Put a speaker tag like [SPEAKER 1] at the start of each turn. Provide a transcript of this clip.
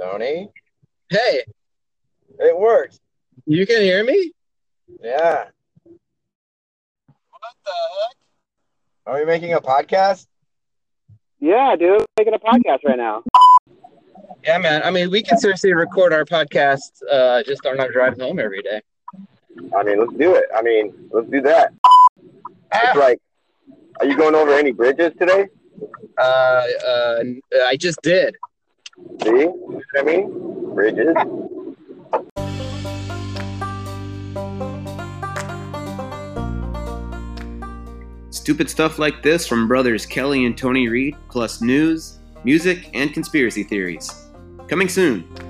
[SPEAKER 1] Tony.
[SPEAKER 2] Hey,
[SPEAKER 1] It worked.
[SPEAKER 2] you can hear me?
[SPEAKER 1] Yeah.
[SPEAKER 2] What the heck?
[SPEAKER 1] Are we making a podcast?
[SPEAKER 3] Yeah, dude, making a podcast right now.
[SPEAKER 2] Yeah, man. I mean, we can seriously record our podcast uh, just on our drive home every day.
[SPEAKER 3] I mean, let's do it. I mean, let's do that.
[SPEAKER 2] Ah.
[SPEAKER 3] It's like, are you going over any bridges today?
[SPEAKER 2] Uh, uh, I just did.
[SPEAKER 3] See, what I mean, bridges.
[SPEAKER 4] Stupid stuff like this from brothers Kelly and Tony Reed, plus news, music, and conspiracy theories. Coming soon.